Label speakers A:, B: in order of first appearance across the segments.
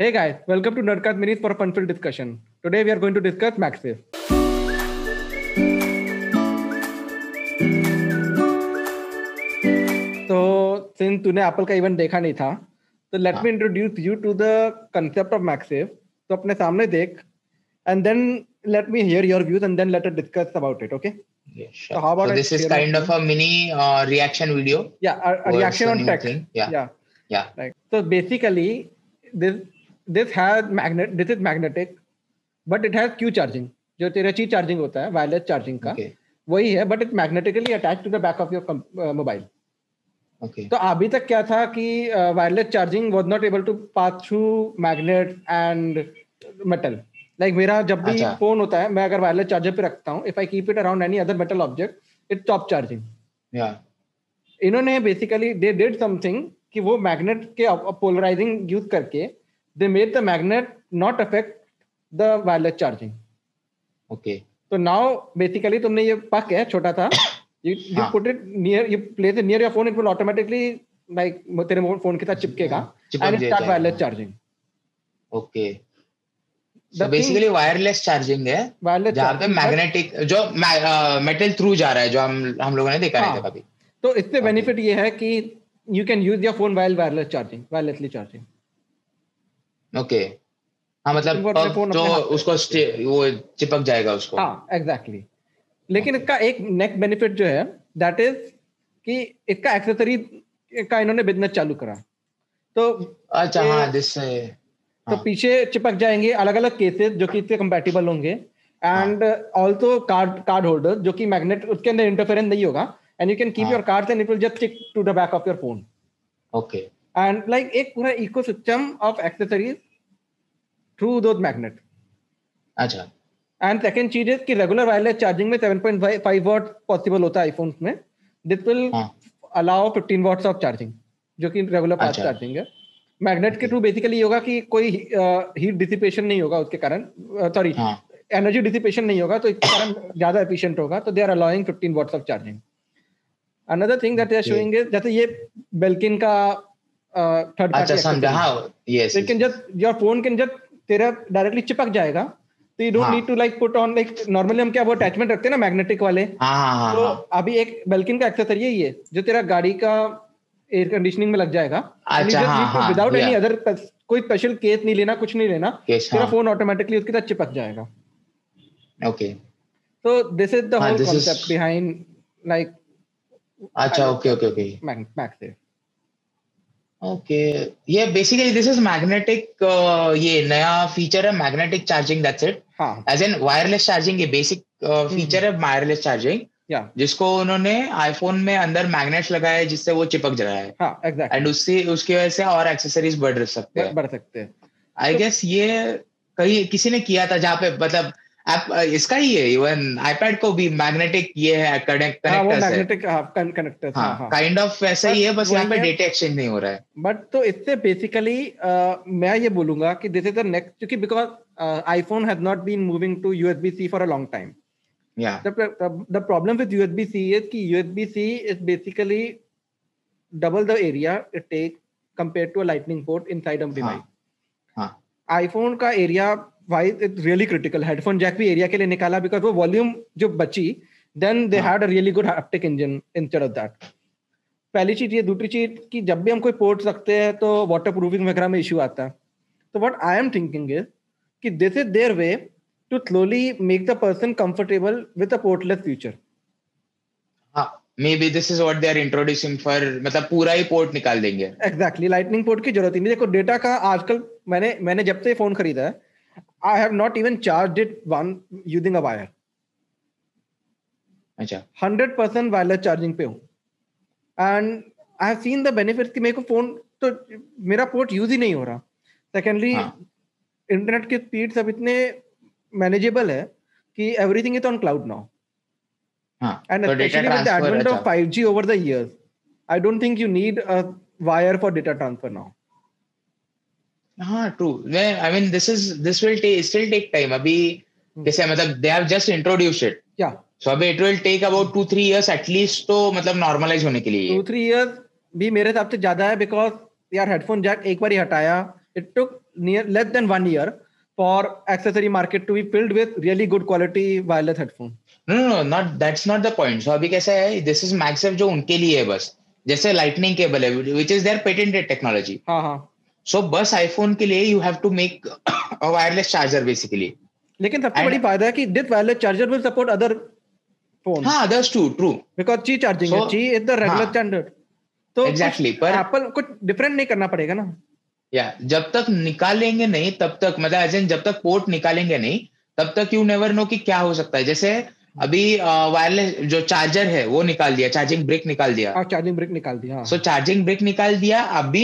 A: Hey guys, welcome to Nerdcast Minis for a fun-filled discussion. Today we are going to discuss MagSafe. So, since तूने Apple का event देखा नहीं था, तो let me introduce you to the concept of MagSafe. तो अपने सामने देख, and then let me hear your views, and then let us discuss about it. Okay?
B: Yeah, sure.
A: So how about
B: so
A: I
B: this is
A: share my
B: kind of a mini uh, reaction video.
A: Yeah, a, a
B: towards
A: reaction
B: the
A: on
B: new
A: tech.
B: thing. Yeah.
A: yeah.
B: Yeah.
A: Right. So basically, this this has magnet. This is magnetic, but it has Q charging. जो तेरा Qi charging होता है wireless charging का
B: Okay.
A: वही है but it magnetically attach to the back of your mobile
B: Okay.
A: uh, तो अभी तक क्या था कि uh, wireless charging was not able to pass through magnet and metal like मेरा जब भी
B: अच्छा।
A: फोन होता है मैं अगर वायरलेस चार्जर पे रखता हूँ if I keep it around any other metal object it stop charging
B: Yeah.
A: इन्होंने बेसिकली दे डिड समथिंग कि वो मैग्नेट के पोलराइजिंग यूज करके they made the magnet not affect the wireless charging
B: Okay.
A: तो now basically तुमने ये puck है छोटा था यू यू
B: हाँ।
A: Put it near you place it near your phone it will automatically like तेरे फोन के साथ चिपकेगा
B: चिपक
A: एंड
B: जाएगा।
A: Start wireless charging
B: Okay.
A: The
B: So basically wireless charging है
A: वायरलेस
B: जहाँ पे मैग्नेटिक जो मेटल थ्रू जा रहा है जो हम हम लोगों ने देखा नहीं
A: हाँ.
B: था कभी
A: तो इससे
B: Okay.
A: बेनिफिट ये है कि you can use your phone while wireless charging wirelessly charging
B: okay हाँ मतलब
A: वो अपने
B: अब
A: phone
B: जो
A: अपने हाथ में
B: उसको sti- वो चिपक जाएगा उसको
A: हाँ एग्जैक्टली लेकिन इसका एक नेक्स्ट बेनिफिट जो है दैट इज कि इसका एक्सेसरी का इन्होंने बिजनेस चालू करा तो
B: अच्छा
A: ये-
B: हाँ दिस
A: तो
B: हाँ।
A: पीछे चिपक जाएंगे अलग अलग केसेस जो कि इससे कंपेटेबल होंगे
B: हाँ।
A: And also card card holder जो कि मैग्नेट उसके अंदर इंटरफेरेंस नहीं होगा एंड यू कैन कीप
B: हाँ।
A: Your card and it will just stick to the back of your phone
B: okay
A: and like एक पूरा इकोसिस्टम ऑफ एक्सेसरीज थ्रू दो मैग्नेट
B: अच्छा
A: एंड सेकंड चीज इज कि रेगुलर वायरलेस चार्जिंग में 7.5 watt possible होता है आईफोन में दिस विल
B: हाँ
A: अलाउ 15 वॉट्स ऑफ चार्जिंग जो कि रेगुलर फास्ट
B: अच्छा।
A: चार्जिंग है मैग्नेट के थ्रू बेसिकली ये होगा कि कोई हीट डिसिपेशन नहीं होगा उसके कारण Uh, सॉरी
B: हाँ
A: एनर्जी डिसिपेशन नहीं होगा तो इसके कारण ज्यादा एफिशिएंट होगा तो they are allowing 15 watts of charging another thing that they are
B: Okay.
A: Showing is जैसे ये बेल्किन का uh, थर्ड
B: अच्छा समझा हाँ yes
A: they can just your phone can just तेरा डायरेक्टली चिपक जाएगा तो यू डोंट
B: हाँ।
A: Need to like put on like normally हम क्या वो अटैचमेंट रखते हैं ना मैग्नेटिक वाले
B: हाँ हाँ हाँ
A: तो
B: हाँ
A: अभी एक बेल्किन का एक्सेसरी है ये जो तेरा गाड़ी का एयर कंडीशनिंग में लग जाएगा
B: अच्छा, हाँ, हाँ,
A: विदाउट एनी
B: yeah.
A: अदर कोई स्पेशल केस नहीं लेना कुछ नहीं लेना
B: Case,
A: तेरा
B: हाँ।
A: फोन ऑटोमेटिकली उसके साथ चिपक जाएगा
B: ओके
A: तो दिस इज द
B: हाँ,
A: whole
B: this is-
A: concept behind like
B: अच्छा okay okay okay
A: magnet
B: okay ये basically this is magnetic uh, ये नया फीचर है मैग्नेटिक चार्जिंग दैट्स इट
A: हाँ
B: एज एन वायरलेस चार्जिंग ये बेसिक
A: Hmm.
B: फीचर है wireless charging
A: या
B: जिसको उन्होंने आईफोन में अंदर मैग्नेट्स लगाए जिससे वो चिपक जा रहा है
A: हाँ एग्जैक्ट
B: एंड उससे उसकी वजह से और एक्सेसरीज बढ़ सकते हैं
A: बढ़ सकते हैं
B: आई गेस ये कहीं किसी ने किया था जहाँ पे मतलब आप अ, इसका ही है इवन आईपैड को भी मैग्नेटिक ये है कनेक्ट
A: हाँ वो
B: कनेक्टर्स है
A: मैग्नेटिक कनेक्टर्स हाँ
B: हाँ
A: हाँ
B: काइंड ऑफ वैसा ही है बस
A: वही
B: यहाँ पे
A: है।
B: डेटा एक्सचेंज नहीं हो रहा है
A: बट तो इससे बेसिकली मैं ये बोलूंगा कि दिस इज द नेक्स्ट क्योंकि uh, because iPhone has not been moving to USB C for a long time
B: या
A: the problem with USB C is कि USB C is basically double the area it take compare to a lightning port inside of device
B: हाँ
A: iPhone का area wise it really critical headphone jack भी area के लिए निकाला because वो volume जो बची देन दे
B: हाँ।
A: Had a really good haptic engine instead of that पहली चीज ये दूसरी चीज कि जब भी हम कोई पोर्ट रखते हैं तो वाटर प्रूफिंग वगैरह में इश्यू आता है तो what I am thinking is कि this is their way to slowly make the person comfortable with a portless future
B: हाँ maybe this is what they are introducing for मतलब पूरा ही पोर्ट निकाल देंगे
A: एग्जैक्टली लाइटनिंग पोर्ट की जरूरत ही नहीं देखो डेटा का आजकल मैंने मैंने जब से फोन खरीदा है I have not even charge it one using a wire
B: अच्छा
A: हंड्रेड परसेंट वायरलेस चार्जिंग पे हूँ and I have seen the benefit कि मेरे को फोन तो मेरा पोर्ट यूज ही नहीं हो रहा सेकेंडली
B: हाँ।
A: इंटरनेट के स्पीड सब इतने मैनेजेबल है कि everything is on cloud now
B: हाँ
A: एंड
B: तो data
A: specially with the
B: transfer
A: advent of
B: अच्छा
A: 5G over the years I don't think you need a wire for data transfer now
B: हाँ true I mean this is this will take still take time अभी जैसे मतलब they have just introduced it
A: या
B: so अभी it will take about two three years at least तो मतलब normalize होने के लिए
A: टू थ्री इयर्स भी मेरे हिसाब से ज्यादा है बिकॉज यार हेडफोन जैक एक बार ही हटाया It took near less than one year for accessory market to be filled with really good quality wireless headphone.
B: No no not that's not the point so अभी कैसा है दिस इज मैक्सवेव जो उनके लिए है बस जैसे लाइटनिंग केबल है which is their patented technology
A: हाँ हाँ
B: सो बस आईफोन के लिए you have to make a wireless charger basically
A: लेकिन सबसे
B: And-
A: बड़ी फायदा है कि this wireless charger will support other phone
B: हाँ others too true
A: because Qi charging है
B: So-
A: Qi is the regular
B: हाँ।
A: स्टैंडर्ड तो
B: Exactly, पर-
A: एप्पल कुछ डिफरेंट नहीं करना पड़ेगा ना हाँ,
B: या जब तक निकालेंगे नहीं तब तक मतलब एज जब तक पोर्ट निकालेंगे नहीं तब तक यू नेवर नो कि क्या हो सकता है जैसे अभी वायरलेस जो चार्जर है वो निकाल दिया चार्जिंग ब्रेक निकाल दिया
A: और चार्जिंग ब्रेक निकाल दिया हाँ।
B: सो चार्जिंग ब्रेक निकाल दिया अभी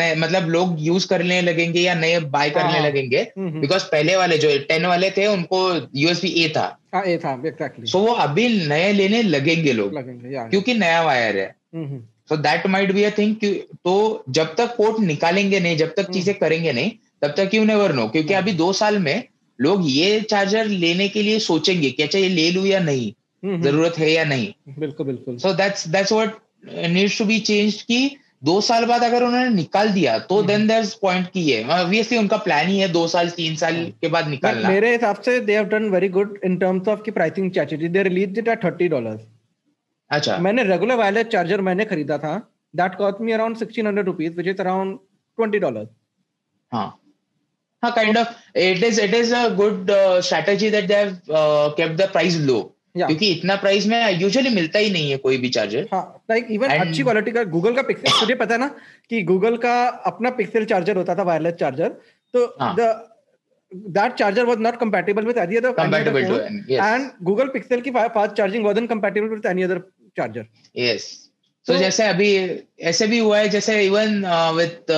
B: नए मतलब लोग यूज करने लगेंगे या नए बाय करने
A: हाँ।
B: लगेंगे
A: हम्म, हम्म।
B: बिकॉज पहले वाले जो टेन वाले थे उनको यूएसबी ए था
A: हाँ ये था एग्जैक्टली
B: सो वो अभी नए लेने लगेंगे लोग
A: लगेंगे या
B: क्योंकि नया वायर है
A: हम्म,
B: so that might be a thing तो जब तक पोर्ट निकालेंगे नहीं जब तक
A: हम्म।
B: चीजें करेंगे नहीं तब तक यू नेवर नो क्योंकि
A: हाँ।
B: अभी दो साल में लोग ये चार्जर लेने के लिए सोचेंगे कि अच्छा ये ले लूं या नहीं
A: हम्म,
B: जरूरत है या नहीं
A: बिल्कुल बिल्कुल
B: so that's that's what needs to be change कि दो साल बाद अगर उन्होंने निकाल दिया तो
A: हम्म।
B: देन देयर पॉइंट की है ऑब्वियसली उनका प्लान ही है दो साल तीन साल
A: हाँ।
B: के बाद
A: But
B: निकालना
A: मेरे हिसाब से they have done very good in terms of की pricing strategy they release it at thirty dollar
B: अच्छा
A: मैंने रेगुलर वायरलेस चार्जर मैंने खरीदा था that cost me around sixteen hundred rupees which is around twenty dollar
B: हाँ हाँ kind of it is it is a good strategy that they have kept the price low
A: या
B: क्योंकि इतना price में usually मिलता ही नहीं है कोई भी चार्जर
A: हाँ लाइक इवन
B: And-
A: अच्छी क्वालिटी का गूगल का पिक्सल तुझे पता है ना कि गूगल का अपना पिक्सल चार्जर होता था वायरलेस चार्जर तो
B: हाँ।
A: The that charger was not compatible with any other
B: compatible to
A: and Google Pixel की fast charging was compatible with any other charger
B: yes तो
A: So-
B: जैसे अभी ऐसे भी हुआ है जैसे uh, even with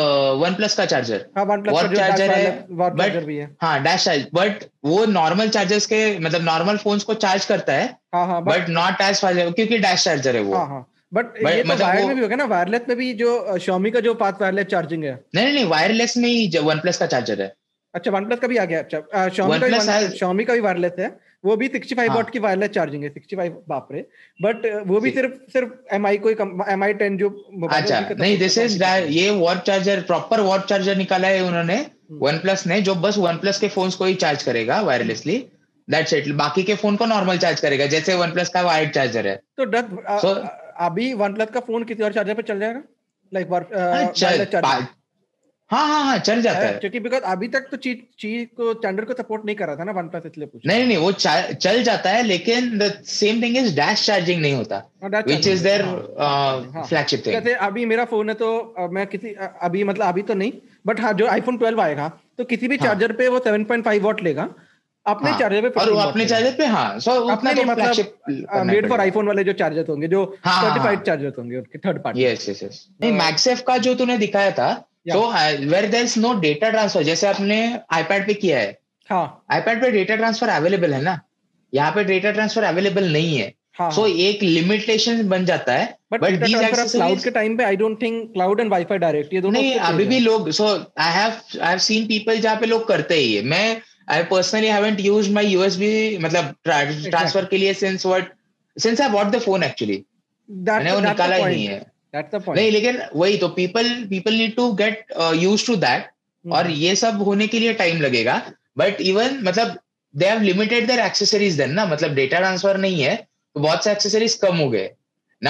B: one plus का चार्जर
A: हाँ वन प्लस
B: What charger है,
A: वॉट
B: but-
A: चार्जर भी है
B: हाँ डैश चार्ज बट वो नॉर्मल चार्जर्स के मतलब नॉर्मल फोन्स को चार्ज करता है
A: हाँ हाँ but-
B: but not as fast क्योंकि डैश चार्जर है वो
A: हाँ हाँ बट
B: But
A: ये तो
B: मतलब
A: वायर
B: वो-
A: में भी होगा ना वायरलेस में भी जो अ, Xiaomi का जो पाथ वायरलेस चार्जिंग है
B: नहीं नहीं नहीं वायरलेस में ही वन प्लस का चार्जर है
A: अच्छा वन प्लस का भी आ गया अच्छा अ, Xiaomi का भी
B: OnePlus
A: one-
B: has-
A: Xiaomi का भी वायरलेस है वो भी 65 फाइव
B: हाँ।
A: की वायरलेस चार्जिंग है 65 बाप रे बट वो भी
B: जी।
A: सिर्फ सिर्फ एम आई को एम आई टेन जो mobile है,
B: अच्छा
A: उसी का
B: नहीं
A: support
B: दिस
A: करता
B: इज
A: है।
B: ये watt charger proper watt charger निकाला है उन्होंने
A: हम्म।
B: वन प्लस ने जो बस वन प्लस के फोन्स को ही चार्ज करेगा वायरलेसली दैट्स इट बाकी के फोन को नॉर्मल चार्ज करेगा जैसे वन प्लस का वायर चार्जर है
A: तो डर अ,
B: So-
A: अ, अभी वन प्लस का फोन किसी और चार्जर पे चल जाएगा लाइक
B: हाँ, चल पा- हाँ हाँ हाँ चल जाता है
A: क्योंकि बिकॉज अभी तक तो चीज चीज को स्टैंडर्ड को सपोर्ट नहीं कर रहा था ना वन प्लस इसलिए पूछ
B: नहीं नहीं वो चा- चल जाता है लेकिन the same thing is dash charging नहीं होता विच इज देयर
A: हाँ।
B: फ्लैगशिप थिंग
A: अच्छा, कहते हैं, अभी मेरा फोन है तो अ, मैं किसी अ, अभी मतलब अभी तो नहीं बट हाँ जो आईफोन 12 आएगा तो किसी भी
B: हाँ।
A: चार्जर पे वो 7.5 वॉट लेगा अपने
B: हाँ,
A: चार्जर पे
B: और वो अपने चार्जर पे हाँ सो
A: अपने
B: उतना
A: नहीं,
B: तो
A: मतलब,
B: फ्लैगशिप
A: मेड फॉर आईफोन वाले जो चार्जर होंगे जो
B: हाँ, हाँ,
A: सर्टिफाइड
B: हाँ।
A: चार्जर होंगे उनके third party
B: yes yes yes नहीं
A: Uh,
B: मैक्सेफ का जो तूने दिखाया था
A: Yeah.
B: तो where there is no data transfer जैसे आपने आईपैड पे किया है
A: हाँ
B: आईपैड पे डेटा ट्रांसफर अवेलेबल है ना यहाँ पे डेटा ट्रांसफर अवेलेबल नहीं है
A: हाँ
B: सो एक लिमिटेशन बन जाता है
A: but
B: but these
A: cloud
B: accessories-
A: के टाइम पे I don't think cloud and wifi direct ये दोनों
B: नहीं
A: उससे
B: अभी
A: तेज
B: भी
A: हैं।
B: लोग so I have I have seen people जहाँ पे लोग करते ही है मैं I personally haven't use my USB मतलब ट्रांसफर के लिए since what since I bought the phone actually
A: That's
B: मैंने
A: the-
B: वो
A: that's the
B: निकाला ही
A: point.
B: नहीं है
A: That's the point.
B: नहीं लेकिन वही तो people people need to get use to that
A: hmm,
B: और ये सब होने के लिए टाइम लगेगा बट इवन मतलब they have limited their accessories then ना मतलब डेटा ट्रांसफर नहीं है तो बहुत से एक्सेसरीज कम हो गए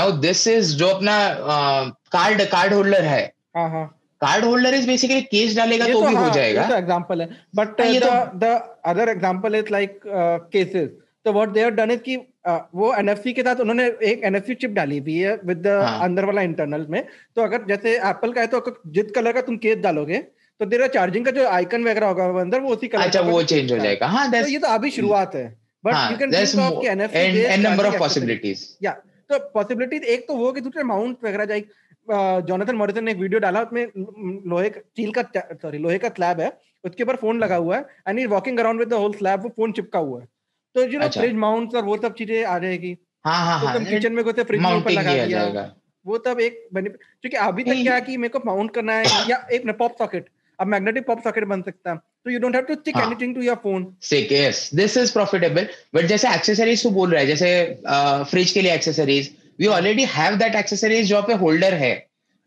B: नाउ दिस इज जो अपना uh, कार्ड कार्ड होल्डर है
A: हाँ हाँ
B: card holder is basically case डालेगा
A: ये
B: तो
A: हाँ,
B: भी हो
A: ये तो
B: जाएगा
A: एग्जांपल है बट
B: हाँ, ये
A: द
B: तो-
A: the other example is like cases तो what they have done is कि uh, वो एनएफसी के साथ उन्होंने एक एनएफसी चिप डाली हुई है विद द
B: हाँ।
A: अंदर वाला इंटरनल में तो अगर जैसे एप्पल का है तो अगर जिस कलर का तुम केस डालोगे तो तेरा चार्जिंग का जो आइकन वगैरह होगा वो अंदर वो उसी कलर
B: अच्छा वो हाँ, चेंज हो
A: हाँ।
B: जाएगा हाँ
A: तो ये तो अभी शुरुआत है but you can think of कि NFC
B: and number of possibilities
A: तो पॉसिबिलिटीज एक तो वो कि दूसरे माउंट वगैरह जाए जोनाथन मॉरिसन ने एक वीडियो डाला उसमें ल- लोहे का स्टील का सॉरी लोहे का स्लैब है उसके ऊपर फोन लगा हुआ है and he walking around with the whole slab वो फोन चिपका हुआ है तो यू नो
B: अच्छा।
A: फ्रिज माउंट्स और वो सब चीजें आ जाएगी
B: हाँ हाँ
A: तो
B: हाँ
A: तुम किचन में घुसे फ्रिज के ऊपर
B: माउंटिंग
A: लगा
B: किया
A: दिया
B: जाएगा
A: वो तब एक बेनिफिट क्योंकि अभी तक
B: नहीं।
A: क्या है कि मेरे को माउंट करना है या एक पॉप सॉकेट अब मैग्नेटिक पॉप सॉकेट बन सकता है तो you don't have to stick
B: हाँ।
A: Anything to your phone
B: sick yes this is profitable but जैसे एक्सेसरीज तो बोल रहा है uh, जैसे फ्रिज के लिए accessories we already have that accessories जो पे होल्डर है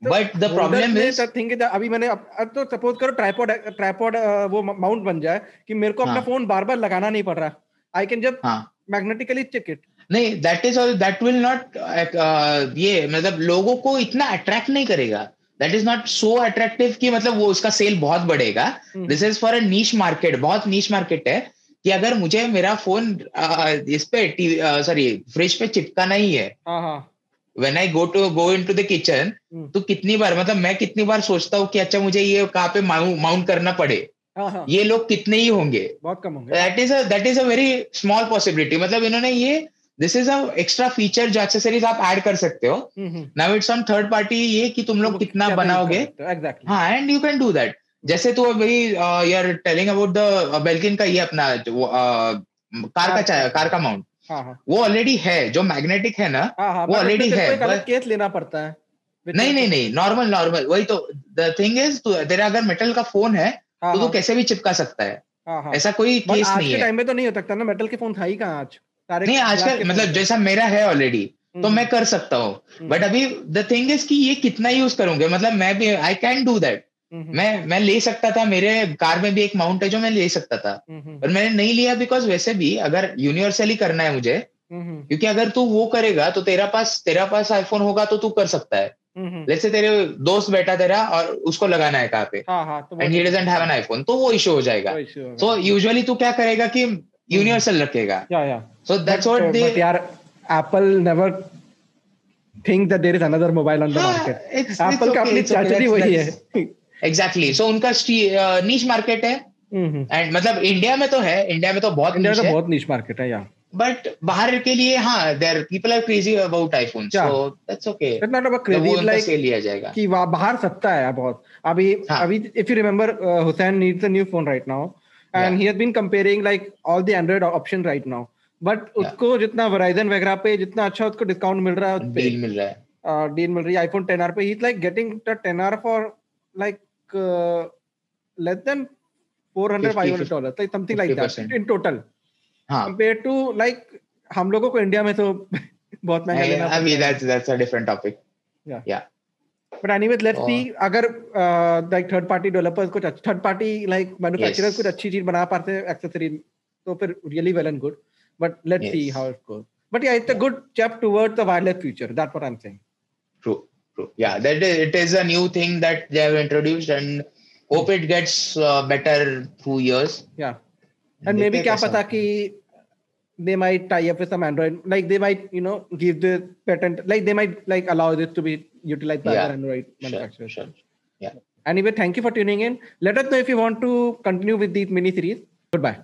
B: but the problem is
A: thing अभी मैंने अब अब तो सपोज करो ट्राइपॉड ट्राइपॉड वो माउंट बन जाए कि मेरे को अपना
B: हाँ।
A: फोन बार बार लगाना नहीं पड़ रहा आई कैन जब
B: हाँ
A: मैग्नेटिकली चेक इट
B: नहीं that is all that will not uh, ये मतलब लोगों को इतना अट्रैक्ट नहीं करेगा that is not so attractive कि मतलब वो उसका सेल बहुत बढ़ेगा
A: हम्म।
B: This is for a niche market बहुत नीच मार्केट है कि अगर मुझे मेरा फोन इस पे सॉरी फ्रिज पे चिपकाना ही है
A: हाँ हाँ
B: when I go to go into the kitchen
A: हम्म।
B: तो कितनी बार मतलब मैं कितनी बार सोचता हूँ कि अच्छा मुझे ये कहाँ पे माउंट करना पड़े
A: हाँ हाँ
B: ये लोग कितने ही होंगे
A: बहुत कम होंगे
B: that is that is a very small possibility मतलब इन्होंने ये this is a extra feature जो एक्सेसरीज आप ऐड कर सकते हो
A: हम्म, हम्म।
B: Now it's on third party ये कि तुम लोग कितना बनाओगे
A: एग्जैक्टली
B: हाँ and you can do that जैसे तू अभी यार टेलिंग अबाउट द बेल्किन का ये अपना कार का कार का माउंट
A: हाँ हाँ
B: वो ऑलरेडी है जो मैग्नेटिक है ना
A: हाँ हाँ
B: वो
A: but उसमें
B: already
A: तेरे
B: है,
A: को एक अलग
B: but-
A: केस लेना पड़ता है Which
B: नहीं
A: is-
B: नहीं नहीं नॉर्मल नॉर्मल वही तो द थिंग इज तेरा अगर मेटल का फोन है
A: हाँ
B: तो तू
A: हाँ,
B: कैसे भी चिपका सकता है
A: हाँ हाँ
B: ऐसा कोई
A: But
B: केस
A: आज
B: नहीं
A: के
B: है
A: टाइम में तो नहीं हो सकता ना मेटल के फोन था ही कहाँ आज सारे
B: नहीं
A: glass
B: आजकल
A: के
B: मतलब
A: phone थे।
B: जैसा मेरा है ऑलरेडी तो
A: हम्म,
B: मैं कर सकता हूँ
A: हम्म।
B: बट अभी द थिंग इज कि ये कितना यूज करूंगे मतलब मैं भी I can do that
A: hmm, hmm,
B: मैं मैं ले सकता था मेरे कार में भी एक माउंट है जो मैं ले सकता था
A: हम्म, हम्म,
B: पर मैंने नहीं लिया बिकॉज वैसे भी अगर यूनिवर्सली करना है मुझे
A: हम्म,
B: क्योंकि अगर तू वो करेगा तो तेरा पास तेरा पास आईफोन होगा तो तू कर सकता है
A: हम्म, हम्म।
B: जैसे तेरे दोस्त बैठा तेरा और उसको लगाना है कहाँ पे
A: हाँ हाँ तो वो
B: and he doesn't have an iPhone तो वो इशू हो जाएगा
A: वो issue होगा।
B: सो यूजुअली तू क्या करेगा कि यूनिवर्सल रखेगा
A: Yeah, yeah.
B: So that's
A: But,
B: what
A: uh, but
B: they
A: यार Apple never think that there is another mobile on the
B: हाँ,
A: मार्केट
B: it's- it's
A: एप्पल का
B: okay,
A: अपनी
B: it's okay,
A: चाचरी
B: that's-
A: वही है
B: that's- एग्जैक्टली सो उनका niche market है
A: हम्म,
B: एंड मतलब इंडिया में तो है इंडिया में तो बहुत
A: इंडिया में
B: niche
A: तो
B: है
A: बहुत niche मार्केट है यार
B: बट बाहर के लिए हाँ there people are crazy about iPhone
A: Yeah.
B: So that's okay
A: it's not about
B: तो वो
A: क्रेजी
B: उनका
A: लाइक
B: सेल लिया जाएगा
A: कि वहाँ बाहर सस्ता है बहुत अभी
B: हाँ.
A: अभी if you remember Hussain needs a new phone right now and
B: Yeah.
A: He has been comparing like all the Android option right now but उसको जितना वराइजन वगैरह पे जितना अच्छा उसको डिस्काउंट मिल रहा है उस पे
B: डील मिल रहा है
A: डील मिल रही है आईफोन 10r पे he is like getting the 10r for like uh, less than 400
B: 50,
A: 500 dollar like something like that
B: 50%.
A: In total
B: हाँ
A: कंपेयर टू लाइक हम लोगों को इंडिया में तो बहुत महंगा लेना पड़ता
B: अभी
A: है।
B: That's that's a different topic
A: but anyways let's
B: और-
A: सी अगर uh, like third party developers कुछ third party like manufacturers
B: Yes.
A: कुछ अच्छी चीज बना पाते हैं एक्सेसरी तो फिर really well and good but let's see
B: Yes.
A: How it goes but या it's a
B: Yeah.
A: Good step towards the wireless future that's what I am saying
B: true true या that it is a new thing that they have introduced and hope it gets better through years
A: या and maybe क्या पता कि they might tie up with some android like they might you know give the patent like they might like allow this to be utilized by
B: Yeah.
A: other android
B: sure,
A: manufacturers
B: sure.
A: anyway thank you for tuning in let us know if you want to continue with these mini series goodbye